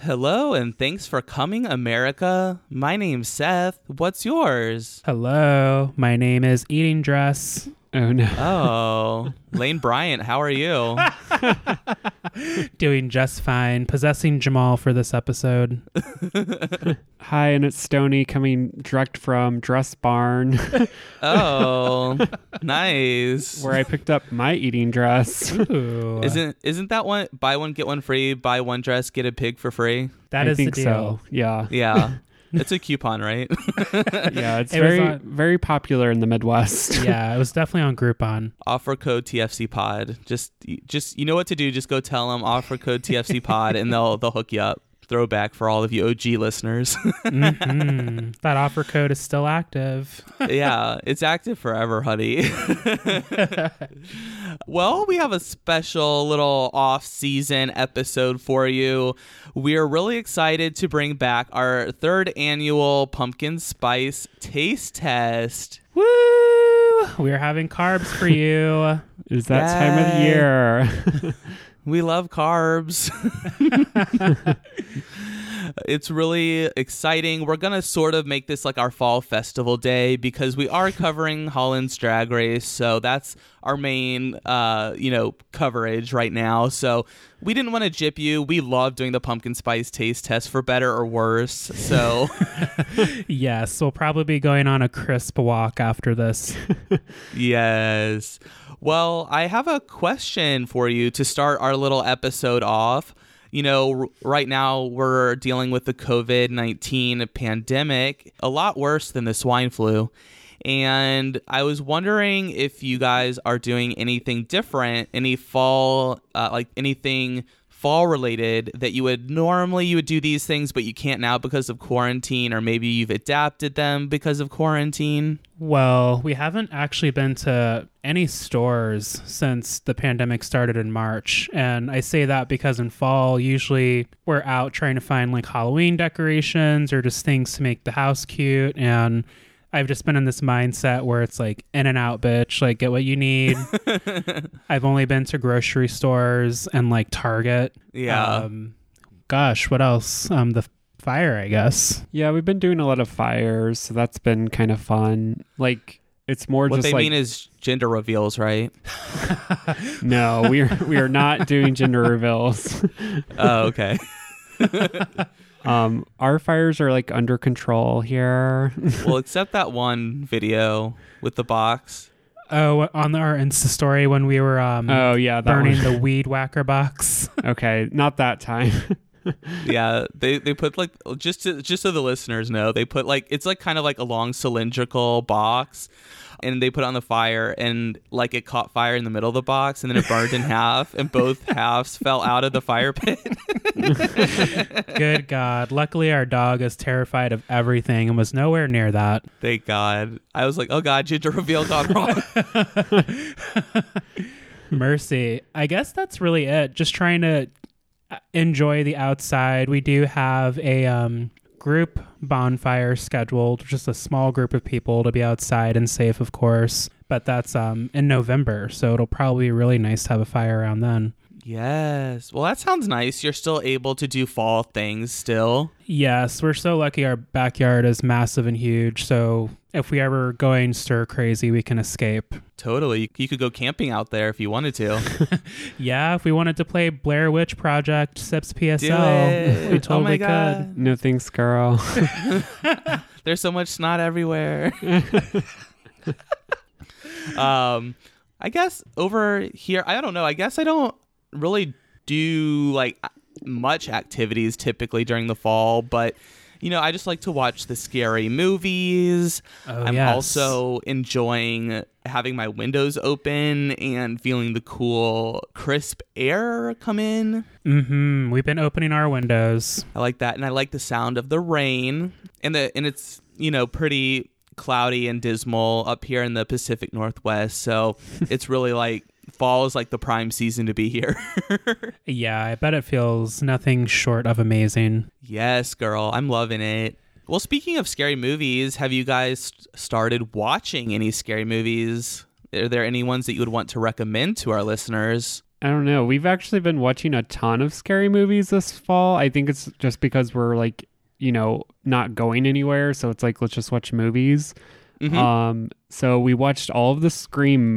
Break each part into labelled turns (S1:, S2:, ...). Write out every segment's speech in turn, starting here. S1: Hello, and thanks for coming, America. My name's Seth. What's yours?
S2: Hello, my name is Eating Dress. Oh no.
S1: Oh, Lane Bryant, how are you?
S2: Doing just fine. Possessing Jamal for this episode.
S3: Hi, and it's Stony coming direct from Dress Barn,
S1: Oh, nice.
S3: where I picked up my eating dress.
S2: Ooh.
S1: Isn't isn't that one buy one get one free, buy one dress, get a pig for free?
S2: that
S3: I
S2: is
S3: think
S2: the
S3: so.
S2: deal.
S3: Yeah,
S1: Yeah. it's a coupon, right?
S3: yeah. It's
S2: It was
S3: very,
S2: on-
S3: very popular in the Midwest.
S2: yeah, it was definitely on Groupon.
S1: offer code TFC pod. Just just you know what to do, just go tell them offer code TFC pod and they'll they'll hook you up. Throwback for all of you OG listeners.
S2: Mhm. that offer code is still active.
S1: yeah, it's active forever, honey. well, we have a special little off season episode for you. We're really excited to bring back our third annual pumpkin spice taste test.
S2: Woo! We're having carbs for you.
S3: It's that time of
S1: Yay.
S3: year.
S1: We love carbs. it's really exciting. We're going to sort of make this like our fall festival day because we are covering Holland's Drag Race. So that's our main, uh, you know, coverage right now. So we didn't want to jip you. We love doing the pumpkin spice taste test for better or worse. So
S2: yes, we'll probably be going on a crisp walk after this.
S1: yes. Well, I have a question for you to start our little episode off. You know, r- right now we're dealing with the COVID 19 pandemic, a lot worse than the swine flu. And I was wondering if you guys are doing anything different, any fall, uh, like anything fall related that you would normally you would do these things but you can't now because of quarantine or maybe you've adapted them because of quarantine
S2: Well, we haven't actually been to any stores since the pandemic started in March. And I say that because in fall, usually we're out trying to find like Halloween decorations or just things to make the house cute. And I've just been in this mindset where it's like in and out, bitch, like get what you need. I've only been to grocery stores and like Target.
S1: Yeah.
S2: Um, gosh, what else? Um, the fire, I guess.
S3: yeah, we've been doing a lot of fires, so that's been kind of fun. Like, it's more
S1: what
S3: just
S1: they
S3: like
S1: mean is gender reveals, right?
S3: no, we are we are not doing gender reveals.
S1: Oh, okay.
S3: Um, our fires are like under control here.
S1: well, except that one video with the box.
S2: Oh, on our Insta story when we were um,
S3: oh yeah, that
S2: burning
S3: one.
S2: the weed whacker box.
S3: okay, not that time.
S1: Yeah, they they put like just to, just so the listeners know, they put like it's like kind of like a long cylindrical box and they put it on the fire and like it caught fire in the middle of the box and then it burned in half and both halves fell out of the fire pit.
S2: Good God. Luckily, our dog is terrified of everything and was nowhere near that.
S1: Thank God. I was like, "Oh god, gender reveal gone wrong."
S2: Mercy. I guess that's really it. Just trying to uh, enjoy the outside. We do have a um, group bonfire scheduled, just a small group of people to be outside and safe, of course. But that's um, in November, so it'll probably be really nice to have a fire around then.
S1: yes. Well, that sounds nice. You're still able to do fall things still.
S2: Yes, we're so lucky our backyard is massive and huge. So if we ever going stir crazy, we can escape.
S1: Totally. You- You could go camping out there if you wanted to.
S2: Yeah, if we wanted to play Blair Witch Project, SIPS
S1: Do
S2: PSL,
S1: it.
S2: we
S1: oh my
S2: totally could.
S1: God.
S3: no thanks, girl.
S1: There's so much snot everywhere. um, I guess over here, I don't know. I guess I don't really do like uh, much activities typically during the fall, but you know, I just like to watch the scary movies.
S2: Oh,
S1: I'm
S2: yes.
S1: also enjoying having my windows open and feeling the cool, crisp air come in.
S2: Mm-hmm. We've been opening our windows.
S1: I like that, and I like the sound of the rain and the and it's you know pretty cloudy and dismal up here in the Pacific Northwest. So it's really like fall is like the prime season to be here.
S2: Yeah, I bet it feels nothing short of amazing.
S1: yes, girl, I'm loving it. Well, speaking of scary movies, have you guys st- started watching any scary movies? Are there any ones that you would want to recommend to our listeners?
S3: I don't know. We've actually been watching a ton of scary movies this fall. I think it's just because we're like, you know, not going anywhere, so it's like let's just watch movies.
S2: Mm-hmm.
S1: Mhm.
S3: Um, so we watched all of the Scream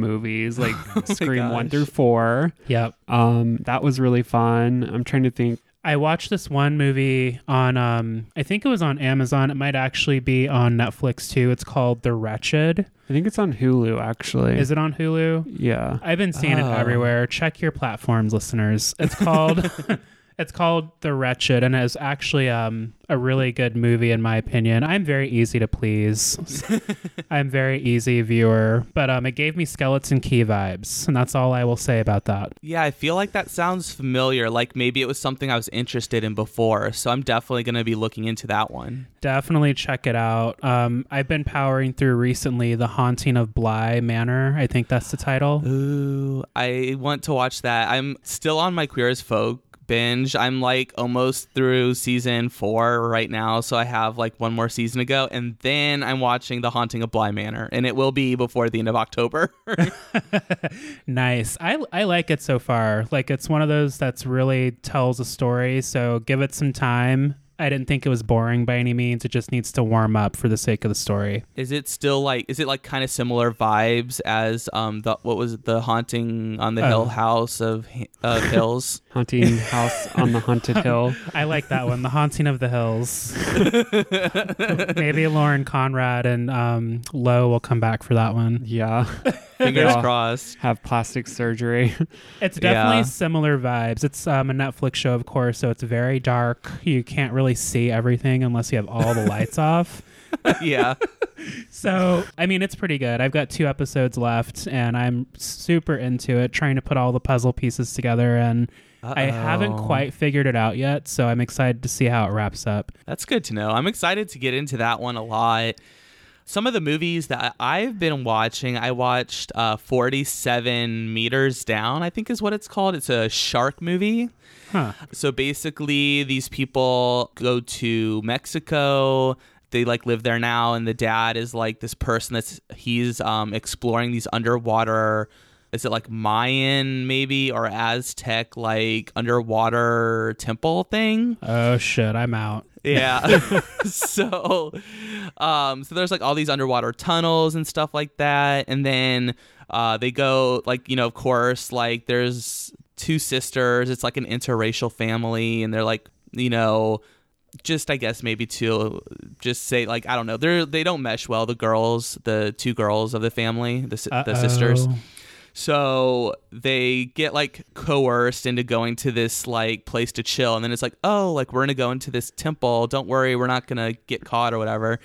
S3: movies, like
S2: Oh
S3: Scream one
S1: gosh.
S3: through four.
S2: Yep.
S3: Um, that was really fun. I'm trying to think.
S2: I watched this one movie on um I think it was on Amazon. It might actually be on Netflix too. It's called The Wretched.
S3: I think it's on Hulu
S1: Hmm.
S3: actually.
S2: Is it on Hulu?
S3: yeah.
S2: I've been seeing
S1: Oh.
S2: it everywhere. Check your platforms, listeners. It's called It's called The Wretched and it's actually um a really good movie in my opinion. I'm very easy to please. I'm very easy viewer, but um it gave me Skeleton Key vibes, and that's all I will say about that.
S1: Yeah, I feel like that sounds familiar. Like maybe it was something I was interested in before. So I'm definitely going to be looking into that one.
S2: Definitely check it out. Um, I've been powering through recently The Haunting of Bly Manor. I think that's the title.
S1: Ooh, I want to watch that. I'm still on my Queer as Folk binge. I'm like almost through season four right now. So I have like one more season to go. And then I'm watching The Haunting of Bly Manor. And it will be before the end of October.
S2: Nice. I, I like it so far. Like, it's one of those that's really tells a story. So give it some time. I didn't think it was boring by any means. It just needs to warm up for the sake of the story.
S1: is it still like, is it like kind of similar vibes as um the, what was it, The Haunting on the
S2: Oh.
S1: Hill House of, Hi- of Hills?
S3: Haunting House on the Haunted Hill.
S2: I like that one, The Haunting of the Hills. Maybe Lauren Conrad and um, Lowe will come back for that one.
S3: Yeah.
S1: Fingers
S3: Yeah.
S1: crossed.
S3: Have plastic surgery.
S2: It's definitely
S1: Yeah.
S2: similar vibes. It's um, a Netflix show, of course, so it's very dark. You can't really see everything unless you have all the lights off.
S1: yeah.
S2: So, I mean, it's pretty good. I've got two episodes left, and I'm super into it, trying to put all the puzzle pieces together. And I haven't
S1: Uh-oh.
S2: quite figured it out yet, so I'm excited to see how it wraps up.
S1: That's good to know. I'm excited to get into that one a lot. Some of the movies that I- I've been watching, I watched uh, 47 Meters Down, I think is what it's called. It's a shark movie.
S2: Huh.
S1: So basically, these people go to Mexico. They like live there now, and the dad is like this person that's he's um, exploring these underwater. Is it like Mayan maybe or Aztec like underwater temple thing?
S2: Oh, shit. I'm out.
S1: Yeah. so, um, so there's like all these underwater tunnels and stuff like that, and then uh, they go like you know, of course, like there's two sisters. It's like an interracial family, and they're like you know, just I guess maybe to just say like I don't know, they're they don't mesh well. The girls, the two girls of the family, the, si- Uh, the
S2: Uh-oh.
S1: sisters. So they get like coerced into going to this like place to chill. And then it's like, oh, like we're going to go into this temple. Don't worry, we're not going to get caught or whatever.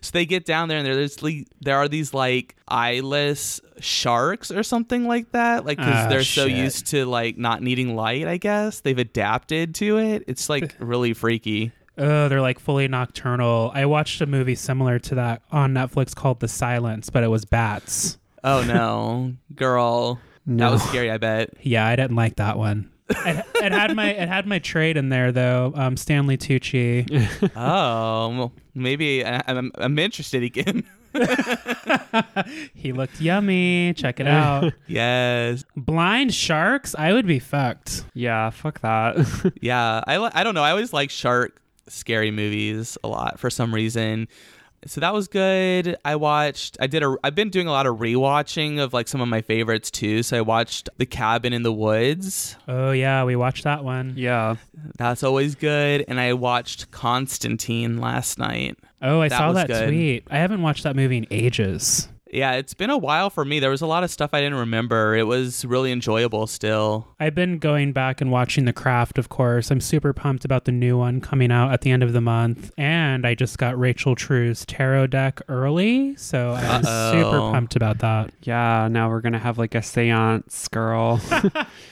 S1: So they get down there and there's le- there are these like eyeless sharks or something like that. Like, because
S2: Ah,
S1: they're so
S2: shit.
S1: used to like not needing light, I guess. They've adapted to it. It's like really freaky.
S2: Oh, they're like fully nocturnal. I watched a movie similar to that on Netflix called The Silence, but it was bats.
S1: Oh no, girl. That
S3: No.
S1: was scary, I bet.
S2: Yeah, I didn't like that one. it, it had my it had my trade in there though. Um, Stanley Tucci.
S1: Oh, well, maybe I, I'm, I'm interested again.
S2: He looked yummy. Check it out.
S1: yes.
S2: Blind sharks. I would be fucked.
S3: Yeah, fuck that.
S1: Yeah, I li- I don't know. I always like shark scary movies a lot for some reason. So that was good. I watched. I did a. I've been doing a lot of rewatching of like some of my favorites too. So I watched The Cabin in the Woods.
S2: Oh yeah, we watched that one.
S3: yeah.
S1: That's always good. And I watched Constantine last night.
S2: Oh, I
S1: That
S2: saw
S1: was
S2: that
S1: good.
S2: tweet. I haven't watched that movie in ages.
S1: Yeah, it's been a while for me. There was a lot of stuff I didn't remember. It was really enjoyable still.
S2: I've been going back and watching The Craft, of course. I'm super pumped about the new one coming out at the end of the month. And I just got Rachel True's tarot deck early. So I'm super
S1: Uh-oh.
S2: pumped about that.
S3: Yeah, now we're gonna have like a seance girl.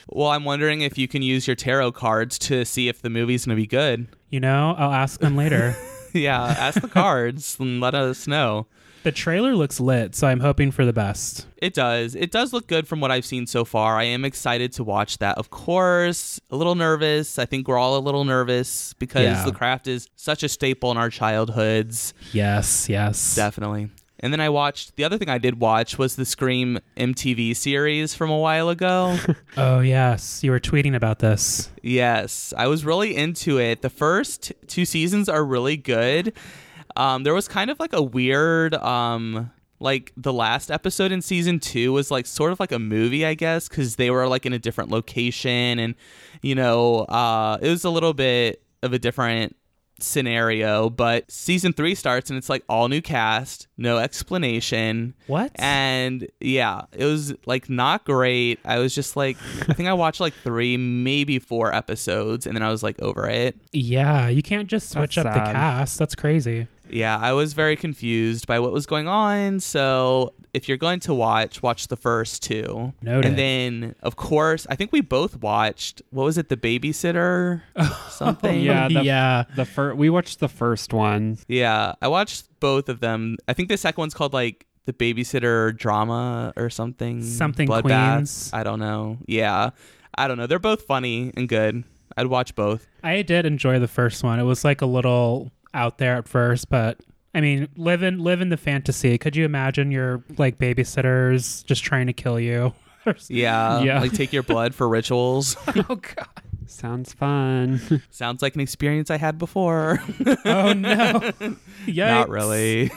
S1: Well, I'm wondering if you can use your tarot cards to see if the movie's going to be good.
S2: You know, I'll ask them later.
S1: yeah, ask the cards and let us know.
S2: The trailer looks lit, so I'm hoping for the best.
S1: It does. It does look good from what I've seen so far. I am excited to watch that. Of course, a little nervous. I think we're all a little nervous because
S2: Yeah.
S1: the craft is such a staple in our childhoods.
S2: Yes, yes.
S1: Definitely. And then I watched the other thing I did watch was the Scream MTV series from a while ago.
S2: Oh yes, you were tweeting about this.
S1: Yes, I was really into it. The first two seasons are really good. Um, there was kind of like a weird, um, like the last episode in season two was like sort of like a movie, I guess, because they were like in a different location and, you know, uh, it was a little bit of a different scenario. But season three starts and it's like all new cast, no explanation.
S2: What?
S1: And yeah, it was like not great. I was just like, I think I watched like three, maybe four episodes, and then I was like over it.
S2: yeah, you can't just switch
S3: That's
S2: up the
S3: sad.
S2: cast. That's crazy.
S1: Yeah, I was very confused by what was going on. So if you're going to watch, watch the first two.
S2: Noted.
S1: And then, of course, I think we both watched, what was it, The Babysitter? Something?
S3: Yeah, the-
S2: yeah.
S3: The first we watched the first one.
S1: Yeah, I watched both of them. I think the second one's called like the babysitter drama or something.
S2: Something
S1: Bloodbath.
S2: Queens.
S1: I don't know. Yeah, I don't know. They're both funny and good. I'd watch both.
S2: I did enjoy the first one. It was like a little out there at first, but I mean, live in live in the fantasy. Could you imagine your like babysitters just trying to kill you?
S1: Yeah,
S3: Yeah.
S1: like take your blood for rituals.
S2: oh god.
S3: Sounds fun.
S1: Sounds like an experience I had before.
S2: Oh no. Yikes.
S1: Not really.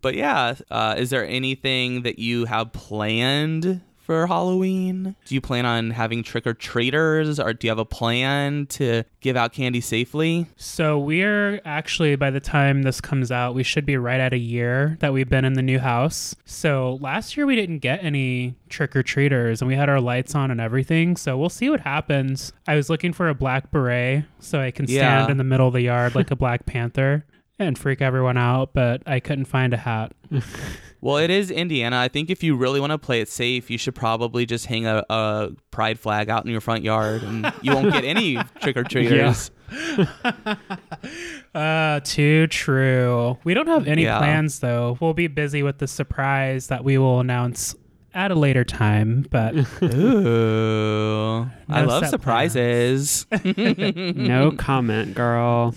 S1: But yeah, uh, is there anything that you have planned for Halloween? Do you plan on having trick or treaters, or do you have a plan to give out candy safely?
S2: So we're actually by the time this comes out, we should be right at a year that we've been in the new house. So last year we didn't get any trick or treaters and we had our lights on and everything. So we'll see what happens. I was looking for a black beret so I can
S1: Yeah.
S2: stand in the middle of the yard like a black panther and freak everyone out, but I couldn't find a hat.
S1: Well, it is Indiana. I think if you really want to play it safe, you should probably just hang a, a pride flag out in your front yard, and you won't get any trick or treaters.
S2: Uh, too true. We don't have any
S1: Yeah.
S2: plans though. We'll be busy with the surprise that we will announce at a later time, but
S1: Ooh, I
S2: No
S1: love
S2: set
S1: surprises.
S3: no comment, girl.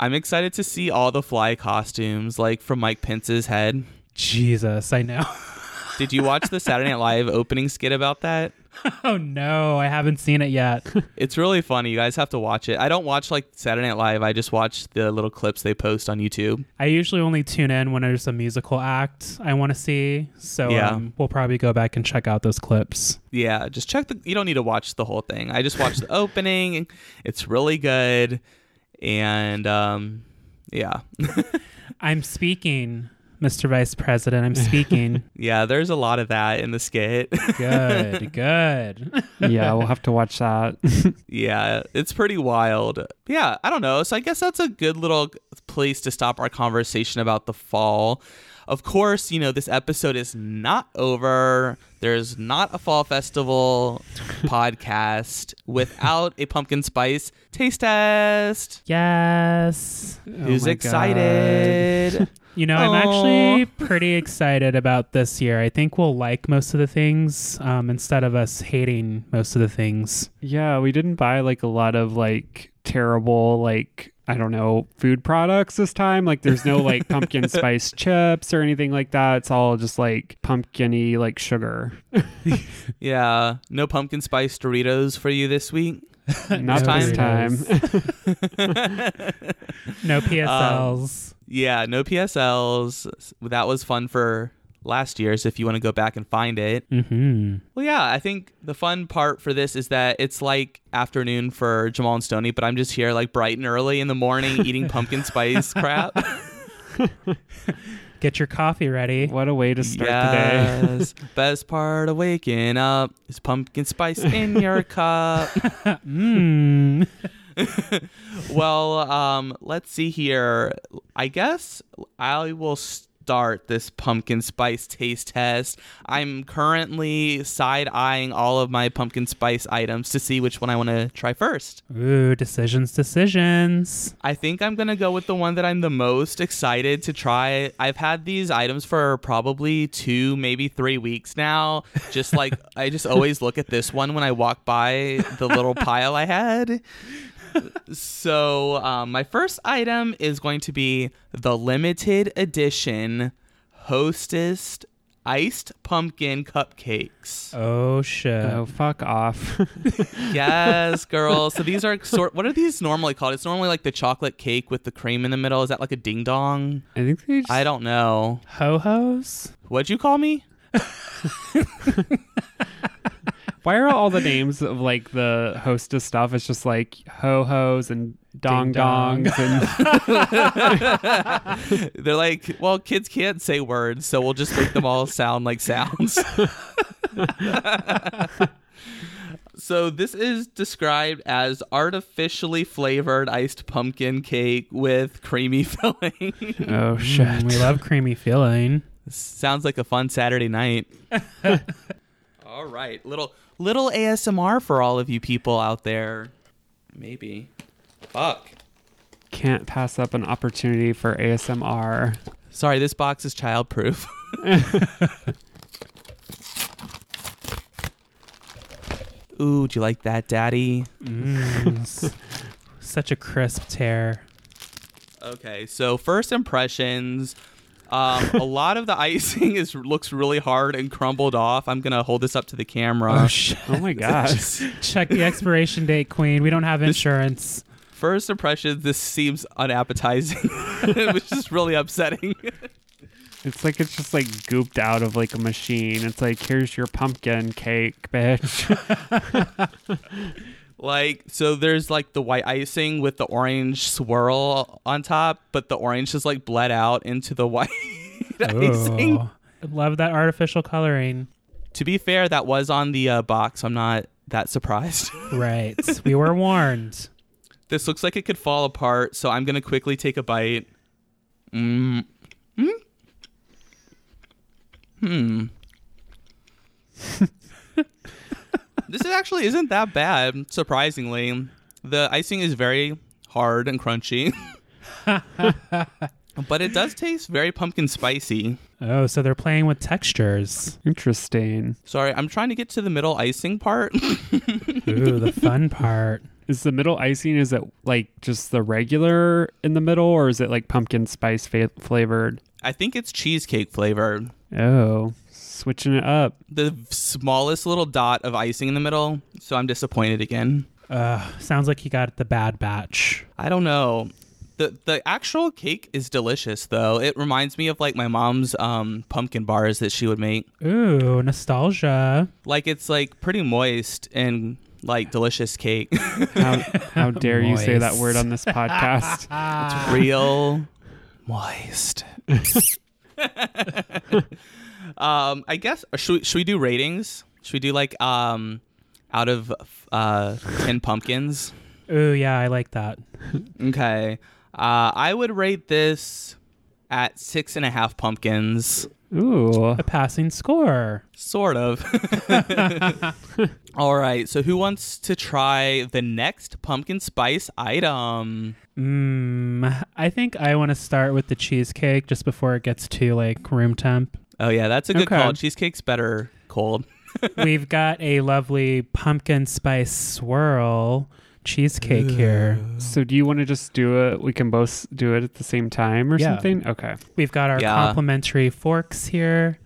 S1: I'm excited to see all the fly costumes, like from Mike Pence's head.
S2: Jesus, I know.
S1: Did you watch the Saturday Night Live opening skit about that?
S2: Oh no, I haven't seen it yet.
S1: It's really funny. You guys have to watch it. I don't watch like Saturday Night Live. I just watch the little clips they post on YouTube.
S2: I usually only tune in when there's a musical act I want to see, so
S1: Yeah.
S2: um, we'll probably go back and check out those clips.
S1: Yeah, just check the. You don't need to watch the whole thing. I just watched the opening. It's really good, and um, yeah,
S2: I'm speaking, Mr. Vice President. I'm speaking.
S1: yeah. There's a lot of that in the skit.
S2: good, good.
S3: Yeah, we'll have to watch that.
S1: yeah, it's pretty wild. Yeah, I don't know. So I guess that's a good little place to stop our conversation about the fall. Of course, you know, this episode is not over. There's not a fall festival podcast without a pumpkin spice taste test.
S2: Yes.
S3: Oh
S1: Who's excited?
S2: You know, I'm actually pretty excited about this year. I think we'll like most of the things um, instead of us hating most of the things.
S3: Yeah, we didn't buy like a lot of like terrible like I don't know food products this time. Like there's no like pumpkin spice chips or anything like that. It's all just like pumpkiny like sugar.
S1: yeah, no pumpkin spice Doritos for you this week.
S3: Not this time.
S2: Doritos. No PSLs.
S1: Yeah, no PSLs. That was fun for last year's if you want to go back and find it.
S2: mm-hmm.
S1: Well, yeah, I think the fun part for this is that it's like afternoon for Jamal and Stony, but I'm just here like bright and early in the morning eating pumpkin spice crap.
S2: Get your coffee ready.
S3: what a way to start the day.
S1: yes. Best part of waking up is pumpkin spice in your cup.
S3: Hmm.
S2: Mm.
S1: well, um, let's see here. I guess I will start this pumpkin spice taste test. I'm currently side eyeing all of my pumpkin spice items to see which one I want to try first.
S2: Ooh, decisions, decisions.
S1: I think I'm gonna go with the one that I'm the most excited to try. I've had these items for probably two, maybe three weeks now. Just like I just always look at this one when I walk by the little pile I had. so um, my first item is going to be the limited edition Hostess iced pumpkin cupcakes.
S2: Oh shit.
S3: Oh, fuck off.
S1: Yes, girl. So these are sort. What are these normally called? It's normally like the chocolate cake with the cream in the middle. Is that like a ding dong?
S3: I think they just,
S1: I don't know.
S2: Ho hos?
S1: What'd you call me?
S3: why are all the names of like the hostess stuff? It's just like ho hos and dong
S2: dong.
S3: dongs and
S1: They're like, well, kids can't say words, so we'll just make them all sound like sounds. so this is described as artificially flavored iced pumpkin cake with creamy filling.
S3: oh shit.
S2: We love creamy filling.
S1: Sounds like a fun Saturday night. all right, little little ASMR for all of you people out there. Maybe. Fuck.
S3: Can't pass up an opportunity for ASMR.
S1: Sorry, this box is childproof. Ooh, do you like that, Daddy?
S2: Mm, s- such a crisp tear.
S1: Okay, so first impressions. Um, a lot of the icing is looks really hard and crumbled off. I'm gonna hold this up to the camera.
S2: shit.
S3: Oh my gosh.
S2: Check the expiration date, Queen. We don't have insurance.
S1: First impressions, this seems unappetizing, which is really upsetting.
S3: It's like it's just like gooped out of like a machine. It's like here's your pumpkin cake, bitch.
S1: Like, so there's like the white icing with the orange swirl on top, but the orange is like bled out into the white icing.
S2: Oh. Love that artificial coloring.
S1: To be fair, that was on the uh, box. I'm not that surprised.
S2: Right. we were warned.
S1: this looks like it could fall apart, so I'm gonna quickly take a bite. Mm. Mm. Hmm. this is actually isn't that bad, surprisingly. The icing is very hard and crunchy. but it does taste very pumpkin spicy.
S2: Oh, so they're playing with textures.
S3: Interesting.
S1: Sorry, I'm trying to get to the middle icing part.
S2: Ooh, the fun part.
S3: Is the middle icing is it like just the regular in the middle or is it like pumpkin spice fa- flavored?
S1: I think it's cheesecake flavored.
S3: Oh, switching it up.
S1: the smallest little dot of icing in the middle, so I'm disappointed again.
S2: Ugh, sounds like you got the bad batch.
S1: I don't know. The the actual cake is delicious though. It reminds me of like my mom's um pumpkin bars that she would make.
S2: Ooh, nostalgia.
S1: Like it's like pretty moist and like delicious cake.
S3: How, how dare you say that
S2: Moist.
S3: word on this podcast?
S1: It's real moist. um I guess or should we, should we do ratings? Should we do like um out of uh 10 pumpkins?
S2: Ooh, yeah, I like that.
S1: Okay. Uh, I would rate this at six and a half pumpkins.
S3: Ooh,
S2: A passing score.
S1: Sort of. All right. So, who wants to try the next pumpkin spice item?
S2: Mmm. I think I want to start with the cheesecake just before it gets to like room temp.
S1: Oh, yeah. That's a good
S3: Okay.
S1: call. Cheesecake's better cold.
S2: We've got a lovely pumpkin spice swirl cheesecake here.
S3: so do you want to just do it? We can both s- do it at the same time or
S2: Yeah.
S3: something? Okay.
S2: We've got our
S1: Yeah.
S2: complimentary forks here.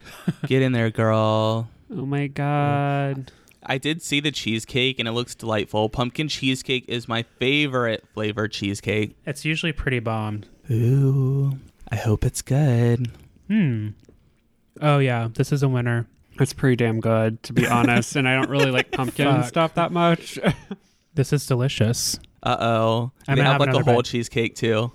S1: Get in there, girl.
S3: Oh my god.
S1: I did see the cheesecake and it looks delightful. Pumpkin cheesecake is my favorite flavored cheesecake.
S2: It's usually pretty bombed.
S1: Ooh. I hope it's good.
S2: Hmm. Oh yeah, this is a winner.
S3: It's pretty damn good, to be honest. And I don't really like pumpkin and
S2: Fuck.
S3: stuff that much.
S2: This is delicious.
S1: Uh oh.
S2: I'm
S1: They have
S2: gonna have
S1: like a
S2: another
S1: whole
S2: bite.
S1: cheesecake too.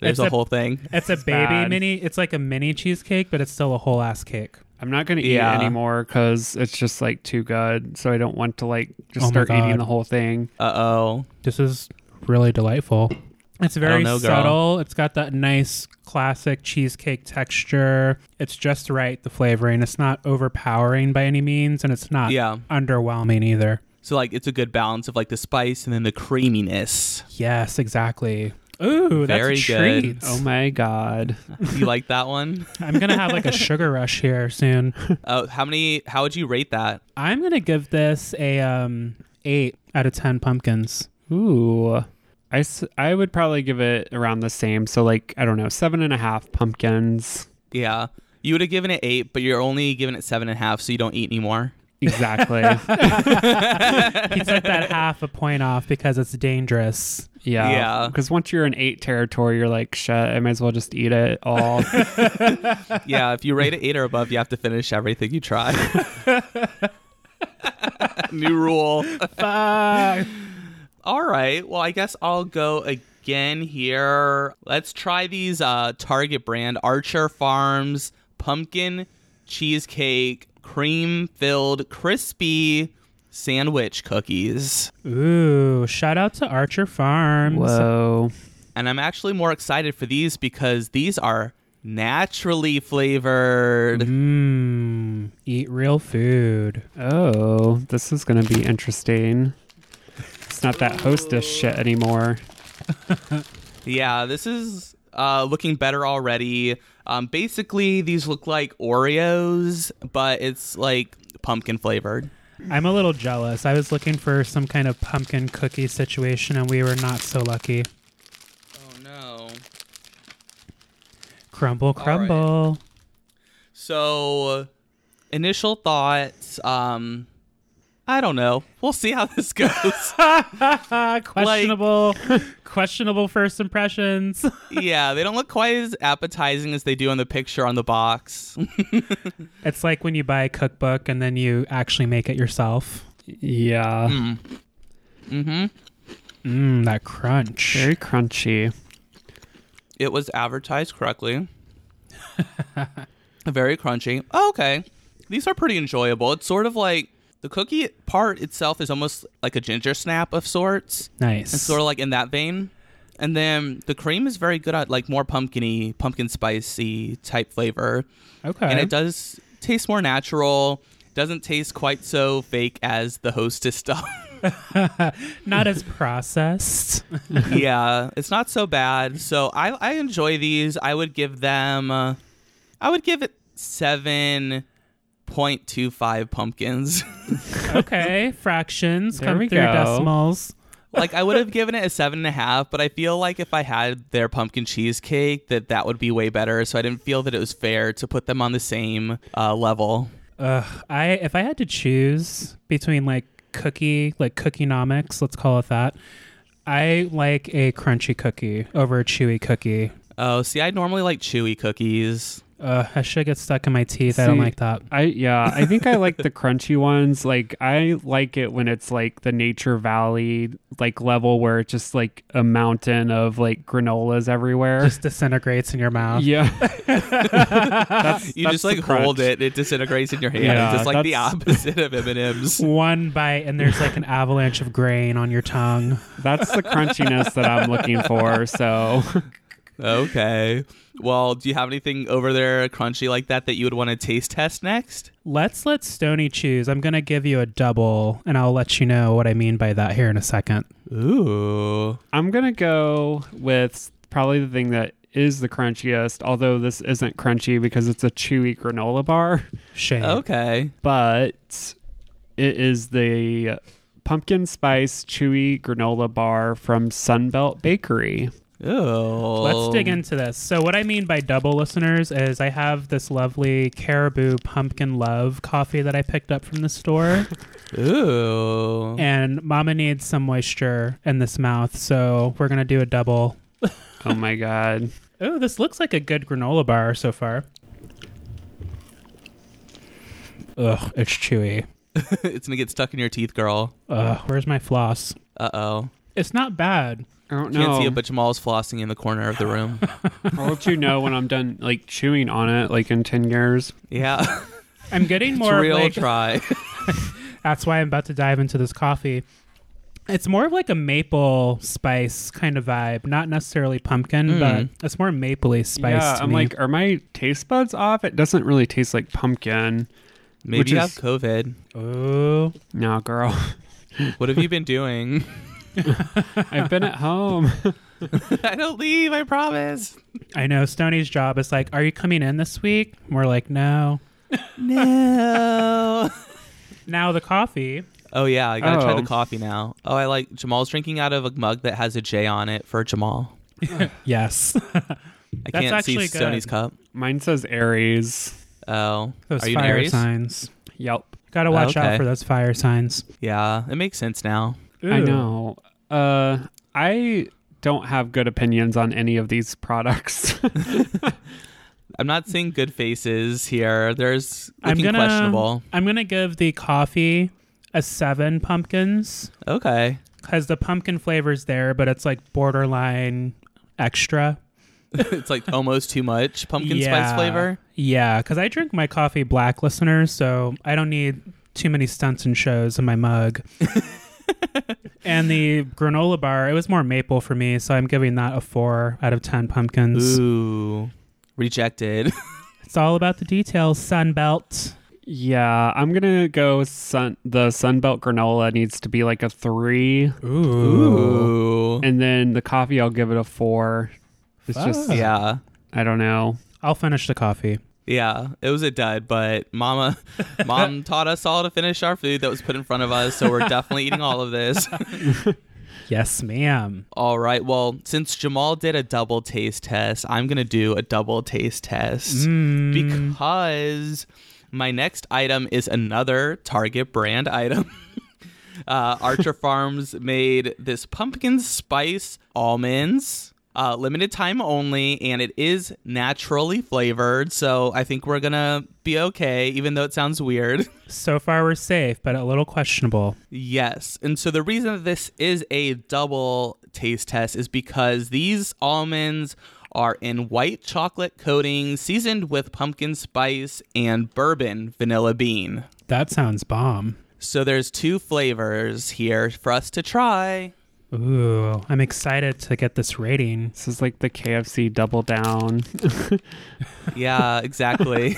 S1: There's
S2: It's
S1: a
S2: a-
S1: whole thing.
S2: It's a baby
S3: bad.
S2: mini. It's like a mini cheesecake, but it's still a whole ass cake.
S3: I'm not gonna eat
S1: Yeah.
S3: it anymore because it's just like too good. So I don't want to like just
S2: Oh my
S3: start eating
S2: God.
S3: the whole thing.
S1: Uh oh.
S2: This is really delightful. It's very
S1: know, girl.
S2: subtle. It's got that nice classic cheesecake texture. It's just right, the flavoring. It's not overpowering by any means, and it's not
S1: Yeah.
S2: underwhelming either.
S1: So like it's a good balance of like the spice and then the creaminess.
S2: Yes, exactly. Ooh, that's
S1: Very
S2: a
S1: good.
S2: treat.
S3: Oh my god.
S1: You like that one?
S2: I'm gonna have like a sugar rush here soon.
S1: Uh, how many? How would you rate that?
S2: I'm gonna give this a um eight out of ten pumpkins.
S3: Ooh. I, s- I would probably give it around the same. So, like, I don't know, seven and a half pumpkins.
S1: Yeah. You would have given it eight, but you're only giving it seven and a half, so you don't eat anymore.
S3: Exactly.
S2: He took that half a point off because it's dangerous.
S3: Yeah.
S1: Yeah.
S3: Because once you're in eight territory, you're like, shit, I might as well just eat it all.
S1: yeah, if you rate it eight or above, you have to finish everything you try. New rule.
S2: Fuck.
S1: All right. Well, I guess I'll go again here. Let's try these uh, Target brand Archer Farms pumpkin cheesecake cream filled crispy sandwich cookies.
S2: Ooh, shout out to Archer Farms.
S3: Whoa.
S1: And I'm actually more excited for these because these are naturally flavored.
S2: Mm-hmm. Mmm, eat real food.
S3: Oh, this is going to be interesting. It's not that hostess shit anymore.
S1: Yeah, this is uh, looking better already. Um, basically, these look like Oreos, but it's like pumpkin flavored.
S2: I'm a little jealous. I was looking for some kind of pumpkin cookie situation and we were not so lucky.
S1: Oh no.
S2: Crumble,
S1: right.
S2: crumble.
S1: So, initial thoughts. Um, I don't know. We'll see how this goes.
S2: Ah, questionable, questionable first impressions.
S1: yeah, they don't look quite as appetizing as they do on the picture on the box.
S2: it's like when you buy a cookbook and then you actually make it yourself.
S3: Yeah.
S1: mm-hmm.
S2: Mmm, that crunch.
S3: Very crunchy.
S1: It was advertised correctly. Very crunchy. Oh, okay. These are pretty enjoyable. It's sort of like the cookie part itself is almost like a ginger snap of sorts.
S2: nice.
S1: It's sort of like in that vein. And then the cream is very good at like more pumpkiny, pumpkin spicy type flavor.
S2: okay.
S1: And it does taste more natural. Doesn't taste quite so fake as the hostess stuff.
S2: not as processed.
S1: yeah, it's not so bad. So I I enjoy these. I would give them uh, I would give it 7.25 pumpkins.
S2: okay, fractions
S3: There
S2: come
S3: we
S2: through
S3: go.
S2: decimals.
S1: like I would have given it a seven and a half, but I feel like if I had their pumpkin cheesecake, that that would be way better. So I didn't feel that it was fair to put them on the same uh, level.
S2: Ugh, I if I had to choose between like cookie, like cookienomics, let's call it that. I like a crunchy cookie over a chewy cookie.
S1: Oh, see, I normally like chewy cookies.
S2: Ugh, that shit gets stuck in my teeth. I don't
S3: See,
S2: like that.
S3: I yeah, I think I like the crunchy ones. Like I like it when it's like the nature valley like level where it's just like a mountain of like granolas everywhere.
S2: Just disintegrates in your mouth.
S3: yeah. That's-
S1: You
S3: that's
S1: just
S3: the
S1: like hold
S3: crunch.
S1: it; it disintegrates in your hand.
S3: Yeah,
S1: it's like the
S3: that's-
S1: opposite of M and M's.
S2: One bite and there's like an avalanche of grain on your tongue.
S3: That's the crunchiness that I'm looking for. So
S1: Okay. Well, do you have anything over there crunchy like that that you would want to taste test next?
S2: Let's let Stony choose. I'm gonna give you a double, and I'll let you know what I mean by that here in a second.
S1: Ooh.
S3: I'm gonna go with probably the thing that is the crunchiest, although this isn't crunchy because it's a chewy granola bar.
S2: Shame.
S1: Okay.
S3: but it is the pumpkin spice chewy granola bar from Sunbelt Bakery.
S1: Ooh.
S2: Let's
S1: Um,
S2: dig into this. So, what I mean by double listeners is I have this lovely Caribou Pumpkin Love coffee that I picked up from the store,
S1: Ooh.
S2: and Mama needs some moisture in this mouth, so we're gonna do a double.
S3: Oh my god.
S2: Oh, this looks like a good granola bar so far. Ugh, it's chewy.
S1: it's gonna get stuck in your teeth, girl.
S2: Ugh, where's my floss?
S1: Uh oh.
S2: It's not bad.
S3: I don't
S1: Can't
S3: know.
S1: see it, but Jamal's flossing in the corner of the room.
S3: I'll let you know when I'm done like chewing on it like in 10 years.
S1: yeah.
S2: I'm getting
S1: It's a
S2: more of
S1: real
S2: like,
S1: try.
S2: That's why I'm about to dive into this coffee. It's more of like a maple spice kind of vibe, not necessarily pumpkin,
S1: Mm.
S2: but it's more mapley spice.
S3: yeah,
S2: to
S3: I'm
S2: me.
S3: like are my taste buds off? It doesn't really taste like pumpkin.
S1: Maybe
S3: Which
S1: you
S3: is-
S1: have COVID.
S2: oh,
S3: No, girl.
S1: What have you been doing?
S3: I've been at home.
S1: I don't leave, I promise.
S2: I know. Stoney's job is like, are you coming in this week? And we're like, no.
S1: No.
S2: Now the coffee.
S1: Oh yeah, I gotta try
S3: Oh.
S1: the coffee now. Oh, I like Jamal's drinking out of a mug that has a J on it for Jamal.
S2: Yes.
S1: I
S2: That's
S1: can't see
S2: actually good.
S1: Sony's cup.
S3: Mine says Aries.
S1: Oh,
S2: those
S1: are you an
S2: fire
S1: Aries?
S2: signs.
S3: Yep.
S2: Got to watch
S1: Okay.
S2: out for those fire signs.
S1: Yeah, it makes sense now.
S3: I
S2: Ooh.
S3: know. Uh, I don't have good opinions on any of these products.
S1: I'm not seeing good faces here. There's
S2: I'm
S1: looking
S2: gonna
S1: questionable.
S2: I'm gonna give the coffee a seven pumpkins
S1: Okay.
S2: because the pumpkin flavor's there, but it's like borderline extra.
S1: it's like almost too much pumpkin spice
S2: Yeah.
S1: flavor.
S2: Yeah, because I drink my coffee black, listeners, so I don't need too many stunts and shows in my mug. and the granola bar, it was more maple for me, so I'm giving that a four out of ten pumpkins.
S1: Ooh. Rejected.
S2: It's all about the details, Sunbelt.
S3: yeah, I'm gonna go. Sun the Sunbelt granola needs to be like a three,
S1: Ooh.
S3: and then the coffee I'll give it a four. It's just
S2: Fuck.
S1: Yeah.
S3: I don't know.
S2: I'll finish the coffee.
S1: Yeah. It was a dud, but mama mom taught us all to finish our food that was put in front of us, so we're definitely eating all of this.
S2: Yes, ma'am.
S1: All right. Well, since Jamal did a double taste test, I'm going to do a double taste test because my next item is another Target brand item. uh, Archer Farms made this pumpkin spice almonds. Uh, limited time only, and it is naturally flavored, so I think we're gonna be okay, even though it sounds weird.
S2: So far, we're safe, but a little questionable.
S1: Yes. And so the reason that this is a double taste test is because these almonds are in white chocolate coating seasoned with pumpkin spice and bourbon vanilla bean.
S2: That sounds bomb.
S1: So there's two flavors here for us to try.
S2: Ooh, I'm excited to get this rating.
S3: This is like the KFC double down.
S1: Yeah, exactly.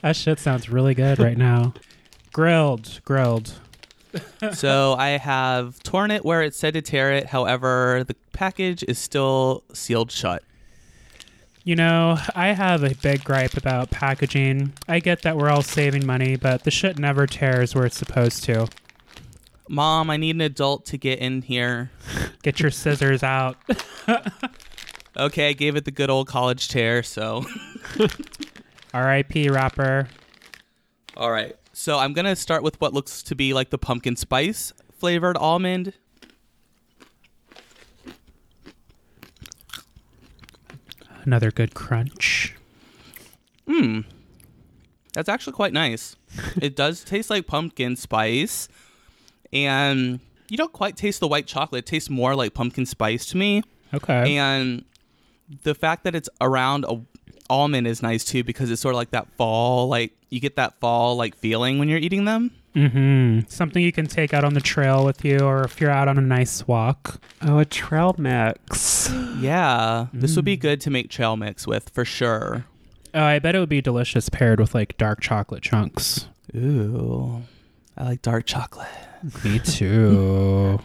S2: That shit sounds really good right now. grilled, grilled.
S1: so I have torn it where it said to tear it. However, the package is still sealed shut.
S2: You know, I have a big gripe about packaging. I get that we're all saving money, but the shit never tears where it's supposed to.
S1: Mom, I need an adult to get in here.
S2: Get your scissors out.
S1: Okay, I gave it the good old college tear, so.
S2: R.I.P. rapper.
S1: All right. So I'm going to start with what looks to be like the pumpkin spice flavored almond.
S2: Another good crunch.
S1: That's actually quite nice. it does taste like pumpkin spice. And you don't quite taste the white chocolate. It tastes more like pumpkin spice to me.
S2: Okay.
S1: And the fact that it's around a almond is nice too because it's sort of like that fall like you get that fall like feeling when you're eating them.
S2: Mm-hmm. Something you can take out on the trail with you, or if you're out on a nice walk.
S3: Oh, a trail mix.
S1: Yeah. This would be good to make trail mix with for sure.
S2: Oh, I bet it would be delicious paired with like dark chocolate chunks.
S1: Ooh. I like dark chocolate.
S2: Me too.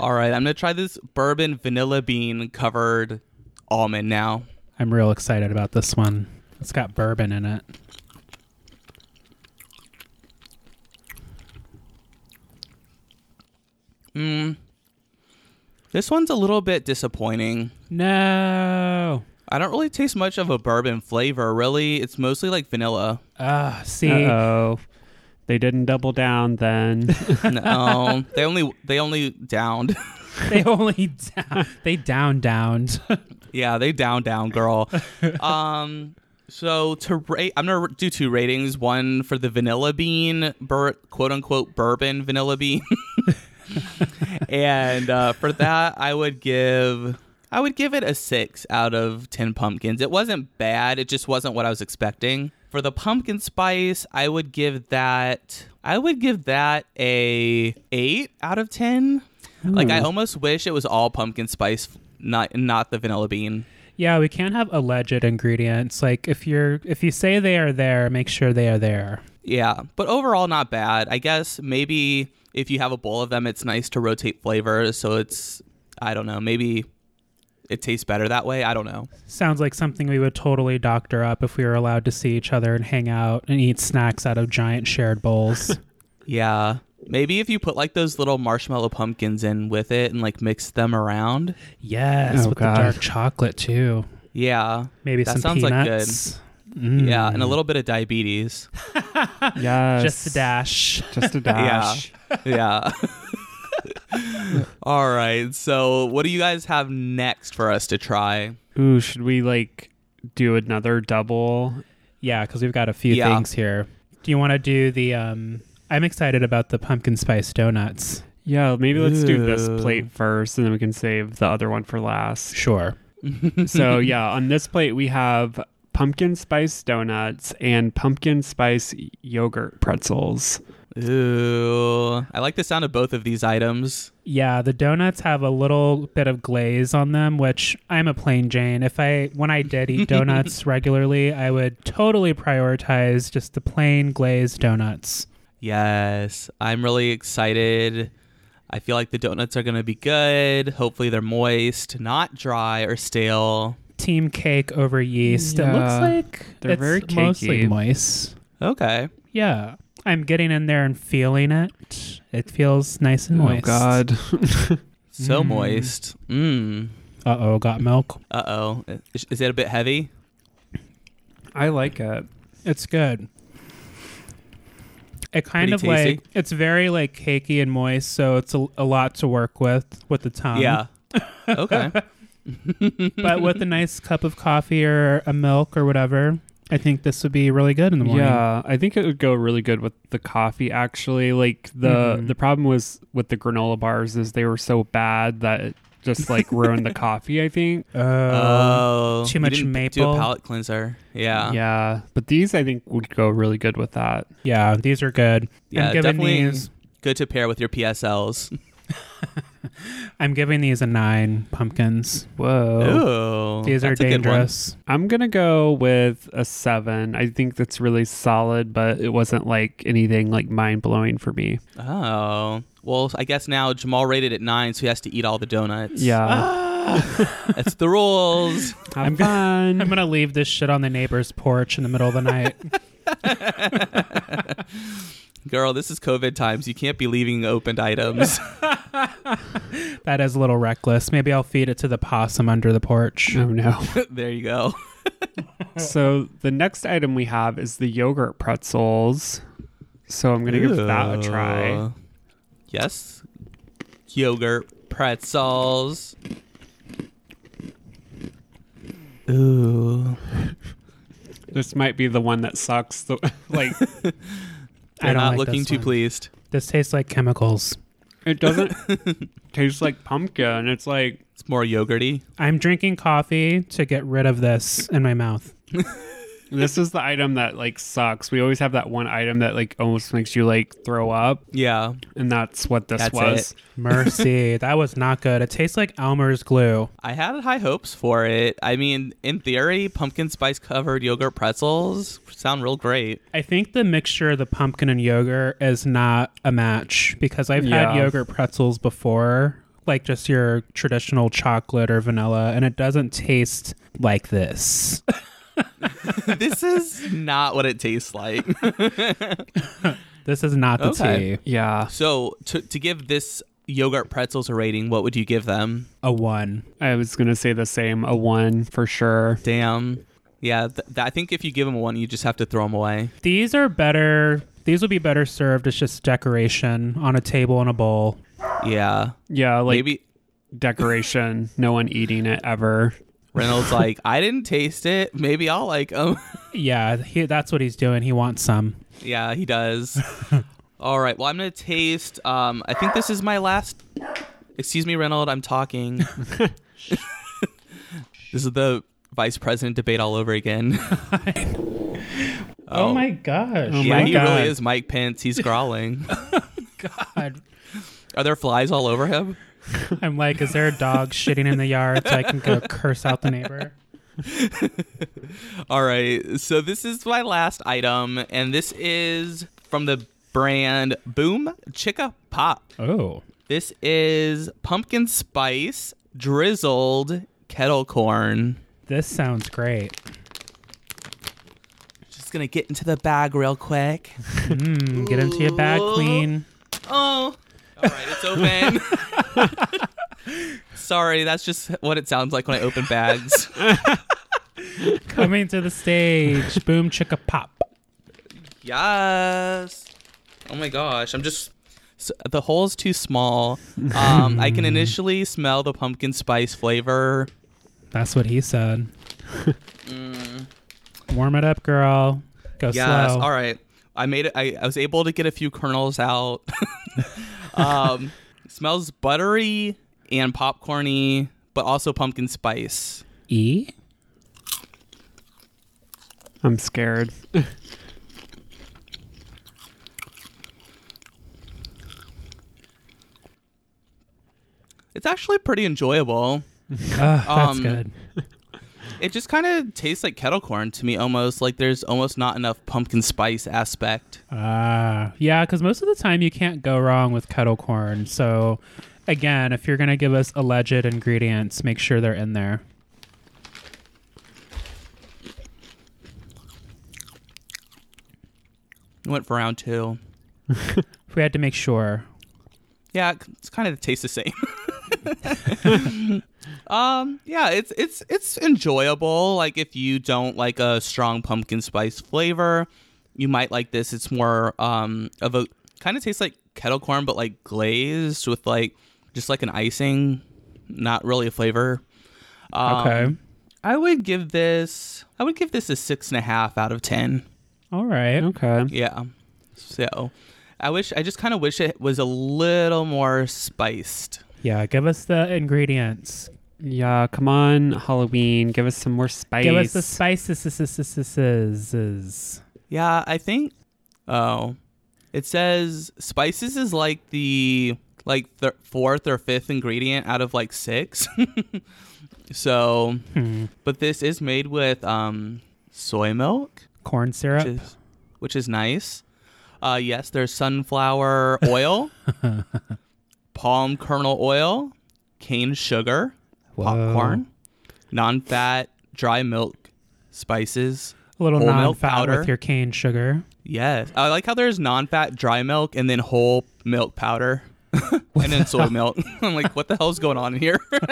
S1: All right, I'm gonna try this bourbon vanilla bean covered almond now.
S2: I'm real excited about this one. It's got bourbon in it.
S1: Mm. This one's a little bit disappointing.
S2: No.
S1: I don't really taste much of a bourbon flavor, really. It's mostly like vanilla.
S2: Ah, see.
S3: Oh, they didn't double down then.
S1: No, um, they only they only downed.
S2: they only down, they down downed.
S1: yeah, they down down girl. Um, so to rate, I'm gonna do two ratings. One for the vanilla bean, bur- quote unquote bourbon vanilla bean, and uh, for that I would give I would give it a six out of ten pumpkins. It wasn't bad. It just wasn't what I was expecting. For the pumpkin spice, I would give that I would give that a eight out of ten. Like I almost wish it was all pumpkin spice, not not the vanilla bean.
S2: yeah, we can't have alleged ingredients. Like if you're if you say they are there, make sure they are there.
S1: Yeah, but overall not bad. I guess maybe if you have a bowl of them, it's nice to rotate flavors. So it's I don't know. Maybe it tastes better that way. I don't know.
S2: Sounds like something we would totally doctor up if we were allowed to see each other and hang out and eat snacks out of giant shared bowls.
S1: Yeah. Maybe if you put like those little marshmallow pumpkins in with it and like mix them around.
S2: Yes,
S3: Oh,
S2: with
S3: God.
S2: the dark chocolate too.
S1: Yeah.
S2: Maybe
S1: That
S2: some
S1: sounds like good.
S2: peanuts. Mm.
S1: Yeah. And a little bit of diabetes.
S3: Yes.
S2: just a dash.
S3: Just a dash.
S1: yeah. All right. So, what do you guys have next for us to try?
S3: Ooh, should we like do another double?
S2: Yeah, because we've got a few
S1: Yeah.
S2: things here. Do you want to do the? um I'm excited about the pumpkin spice donuts.
S3: Yeah, maybe let's do this
S1: Ooh.
S3: plate first and then we can save the other one for last.
S2: Sure.
S3: so, yeah, on this plate we have pumpkin spice donuts and pumpkin spice yogurt pretzels.
S1: Ooh. I like the sound of both of these items.
S2: Yeah, the donuts have a little bit of glaze on them, which I'm a plain Jane. If I when I did eat donuts regularly, I would totally prioritize just the plain glazed donuts.
S1: Yes. I'm really excited. I feel like the donuts are going to be good. Hopefully, they're moist, not dry or stale.
S2: Team cake over yeast. It looks
S3: Yeah,
S2: like
S3: they're
S2: it's
S3: very
S2: mostly
S3: cakey.
S2: moist.
S1: Okay.
S2: Yeah. I'm getting in there and feeling it. It feels nice and moist.
S3: Oh god.
S1: So
S2: Mm.
S1: moist. Mmm.
S2: Uh oh, got milk.
S1: Uh oh. Is, is it a bit heavy?
S3: I like it.
S2: It's good. It kind
S1: Pretty
S2: of
S1: tasty.
S2: like it's very like cakey and moist, so it's a, a lot to work with with the tongue.
S1: yeah. okay.
S2: but with a nice cup of coffee or a milk or whatever, I think this would be really good in the morning.
S3: Yeah, I think it would go really good with the coffee actually. Like the
S2: Mhm.
S3: the problem was with the granola bars is they were so bad that it just like ruined the coffee, I think.
S2: Uh,
S1: Oh,
S2: too
S1: you
S2: much
S1: didn't p- Do
S2: maple.
S1: a palate cleanser. Yeah.
S3: Yeah, but these I think would go really good with that.
S2: yeah, these are good.
S1: Yeah,
S2: I'm giving
S1: definitely.
S2: these
S1: Good to pair with your PSLs.
S2: I'm giving these a nine pumpkins.
S3: Whoa.
S1: Ooh,
S2: Oh. These
S1: Oh, that's
S2: are
S1: a good one.
S2: dangerous.
S3: I'm going to go with a 7. I think that's really solid, but it wasn't like anything like mind-blowing for me.
S1: Oh. Well, I guess now Jamal rated it nine, so he has to eat all the donuts.
S3: Yeah.
S1: That's the rules.
S3: Have fun.
S2: I'm gonna leave this shit on the neighbor's porch in the middle of the night.
S1: Girl, this is COVID times. You can't be leaving opened items.
S2: that is a little reckless. Maybe I'll feed it to the possum under the porch.
S3: Oh no.
S1: there you go.
S3: so the next item we have is the yogurt pretzels. So I'm going to give that a try.
S1: Ooh. Yes. Yogurt, pretzels. Ooh.
S3: This might be the one that sucks. The, like
S2: I
S1: They're
S2: don't
S1: not
S2: like
S1: looking
S2: this
S1: too
S2: one.
S1: pleased.
S2: This tastes like chemicals.
S3: it doesn't taste like pumpkin. It's like
S1: It's more yogurty.
S2: I'm drinking coffee to get rid of this in my mouth.
S3: This is the item that like sucks. We always have that one item that like almost makes you like throw up,
S1: Yeah.
S3: and that's what this
S1: That's
S3: was.
S1: it.
S2: Mercy, that was not good. It tastes like Elmer's glue.
S1: I had high hopes for it. I mean, in theory, pumpkin spice covered yogurt pretzels sound real great.
S2: I think the mixture of the pumpkin and yogurt is not a match because I've
S3: Yeah.
S2: had yogurt pretzels before, like just your traditional chocolate or vanilla, and it doesn't taste like this.
S1: this is not what it tastes like.
S2: This is not the
S1: Okay.
S2: tea.
S3: Yeah,
S1: so, to, to give this yogurt pretzels a rating, what would you give them?
S2: A one.
S3: I was gonna say the same. A one for sure.
S1: Damn. Yeah, th- th- I think if you give them one, you just have to throw them away.
S2: These are better. These would be better served as just decoration on a table and a bowl.
S1: Yeah.
S3: Yeah, like
S1: Maybe
S3: decoration. no one eating it ever.
S1: Reynolds like, I didn't taste it. Maybe I'll like 'em."
S2: Yeah, he, that's what he's doing. He wants some.
S1: yeah, he does. All right. Well, I'm going to taste. Um, I think this is my last. Excuse me, Reynolds. I'm talking. this is the vice president debate all over again.
S2: Oh, my gosh.
S3: Oh
S1: yeah,
S3: my
S1: he
S3: God.
S1: really is Mike Pence. He's growling.
S2: God.
S1: Are there flies all over him?
S2: I'm like, is there a dog shitting in the yard so I can go curse out the neighbor?
S1: All right. So this is my last item, and this is from the brand Boom Chicka Pop.
S2: Oh.
S1: This is pumpkin spice drizzled kettle corn.
S2: This sounds great.
S1: Just Just gonna get into the bag real quick.
S2: Mm, get into your bag,
S1: Ooh.
S2: queen.
S1: Oh, all right, it's open. Sorry, that's just what it sounds like when I open bags.
S2: Coming to the stage. Boom, chicka pop.
S1: yes. Oh my gosh, I'm just. s the hole's too small. Um, I can initially smell the pumpkin spice flavor.
S2: That's what he said. Warm it up, girl. Go
S1: Mm. Yes.
S2: slow.
S1: All right. I made it. I, I was able to get a few kernels out. um, smells buttery and popcorny, but also pumpkin spice.
S2: E.
S3: I'm scared.
S1: It's actually pretty enjoyable.
S2: Ah, that's
S1: Um,
S2: good.
S1: It just kind of tastes like kettle corn to me, almost like there's almost not enough pumpkin spice aspect.
S2: Ah, yeah, because most of the time you can't go wrong with kettle corn. So, again, if you're gonna give us alleged ingredients, make sure they're in there.
S1: Went for round two.
S2: If we had to make sure.
S1: Yeah, it- it's kind of tastes the same. um, yeah, it's it's it's enjoyable. Like if you don't like a strong pumpkin spice flavor, you might like this. It's more um of a kind of tastes like kettle corn, but like glazed with like just like an icing, not really a flavor. Um,
S2: Okay.
S1: I would give this. I would give this a six and a half out of ten.
S2: All right.
S3: Okay.
S1: Yeah. So, I wish. I just kind of wish it was a little more spiced.
S2: Yeah, give us the ingredients.
S3: Yeah, come on, Halloween. Give us some more spice.
S2: Give us the spices.
S1: Yeah, I think. Oh, it says spices is like the like th- fourth or fifth ingredient out of like six. so,
S2: Hmm.
S1: but this is made with um soy milk,
S2: Corn syrup.
S1: which is which is nice. Uh, yes, there's sunflower oil, palm kernel oil, cane sugar,
S2: Whoa.
S1: popcorn, non-fat dry milk, spices.
S2: A little
S1: whole milk
S2: non-fat
S1: powder.
S2: with your cane sugar.
S1: Yes. I like how there's non fat dry milk and then whole milk powder. and then soy milk. I'm like, what the hell's going on here?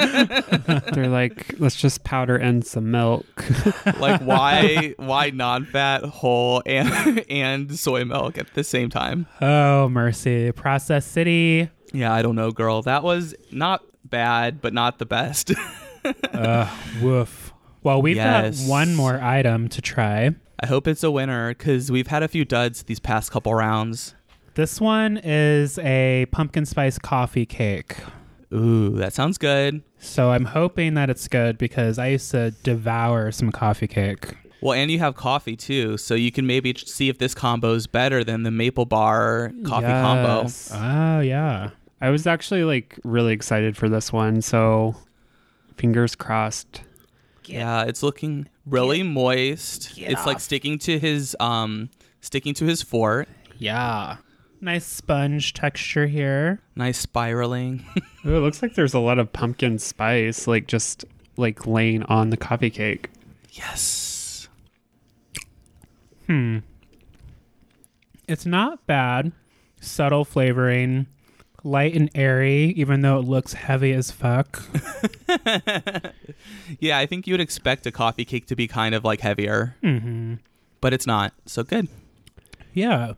S3: They're like, let's just powder in some milk.
S1: like why why non fat, whole and and soy milk at the same time?
S2: Oh mercy, Process City.
S1: Yeah, I don't know, girl. That was not bad, but not the best.
S2: Ugh, woof. Well, we've
S1: Yes.
S2: got one more item to try.
S1: I hope it's a winner because we've had a few duds these past couple rounds.
S2: This one is a pumpkin spice coffee cake.
S1: Ooh, that sounds good.
S2: So I'm hoping that it's good because I used to devour some coffee cake.
S1: Well, and you have coffee too, so you can maybe tr- see if this combo is better than the maple bar coffee combo.
S3: Yes.
S2: Oh yeah.
S3: I was actually like really excited for this one, so fingers crossed.
S1: Yeah, it's looking really moist. it's like sticking to his um sticking to his fort.
S2: Yeah. Nice sponge texture here.
S1: Nice spiraling.
S3: Ooh, it looks like there's a lot of pumpkin spice, like just like laying on the coffee cake.
S1: yes.
S2: It's not bad. Subtle flavoring, light and airy, even though it looks heavy as fuck.
S1: Yeah, I think you would expect a coffee cake to be kind of like heavier. Mm-hmm. But it's not. So good.
S2: yeah.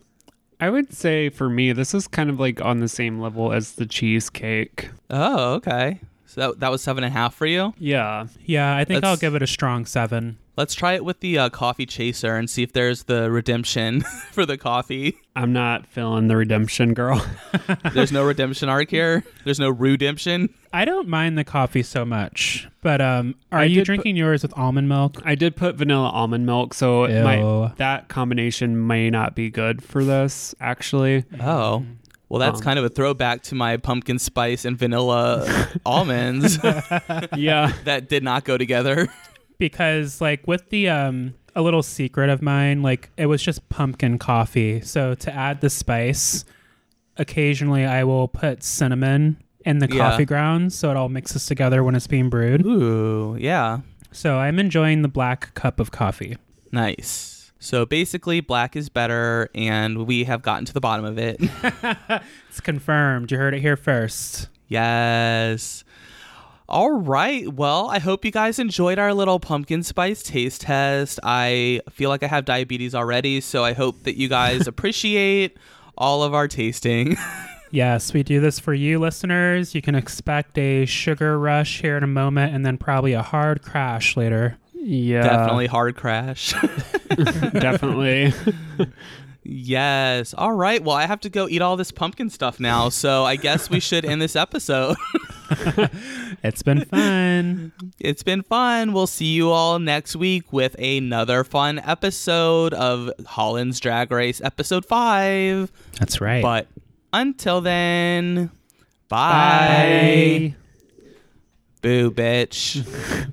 S3: I would say for me, this is kind of like on the same level as the cheesecake.
S1: Oh, okay. So that, that was seven and a half for you.
S3: Yeah.
S2: Yeah, I think I'll
S1: That's-
S2: give it a strong seven.
S1: Let's try it with the uh, coffee chaser and see if there's the redemption for the coffee.
S3: I'm not feeling the redemption girl.
S1: There's no redemption arc here. There's no redemption.
S2: I don't mind the coffee so much, but um, are
S3: I
S2: you
S3: did
S2: drinking yours with almond milk?
S3: I did put vanilla almond milk, so it might,
S2: Ew.
S3: that combination may not be good for this, actually.
S1: Oh. Well, that's
S3: Um.
S1: kind of a throwback to my pumpkin spice and vanilla almonds
S3: Yeah.
S1: that did not go together.
S2: Because like with the um, a little secret of mine, like it was just pumpkin coffee. So to add the spice, occasionally I will put cinnamon in the
S1: Yeah.
S2: coffee grounds, so it all mixes together when it's being brewed.
S1: Ooh, yeah.
S2: So I'm enjoying the black cup of coffee.
S1: Nice. So basically, black is better, and we have gotten to the bottom of it.
S2: It's confirmed. You heard it here first.
S1: yes. All right. Well, I hope you guys enjoyed our little pumpkin spice taste test. I feel like I have diabetes already, so I hope that you guys appreciate all of our tasting.
S2: Yes, we do this for you, listeners. You can expect a sugar rush here in a moment and then probably a hard crash later.
S3: Yeah,
S1: Definitely hard crash.
S3: definitely.
S1: yes. All right. Well, I have to go eat all this pumpkin stuff now, so I guess we should end this episode.
S2: It's been fun.
S1: It's been fun. We'll see you all next week with another fun episode of Holland's Drag Race, episode five.
S2: That's right.
S1: But until then, bye.
S3: Bye.
S1: Boo, bitch.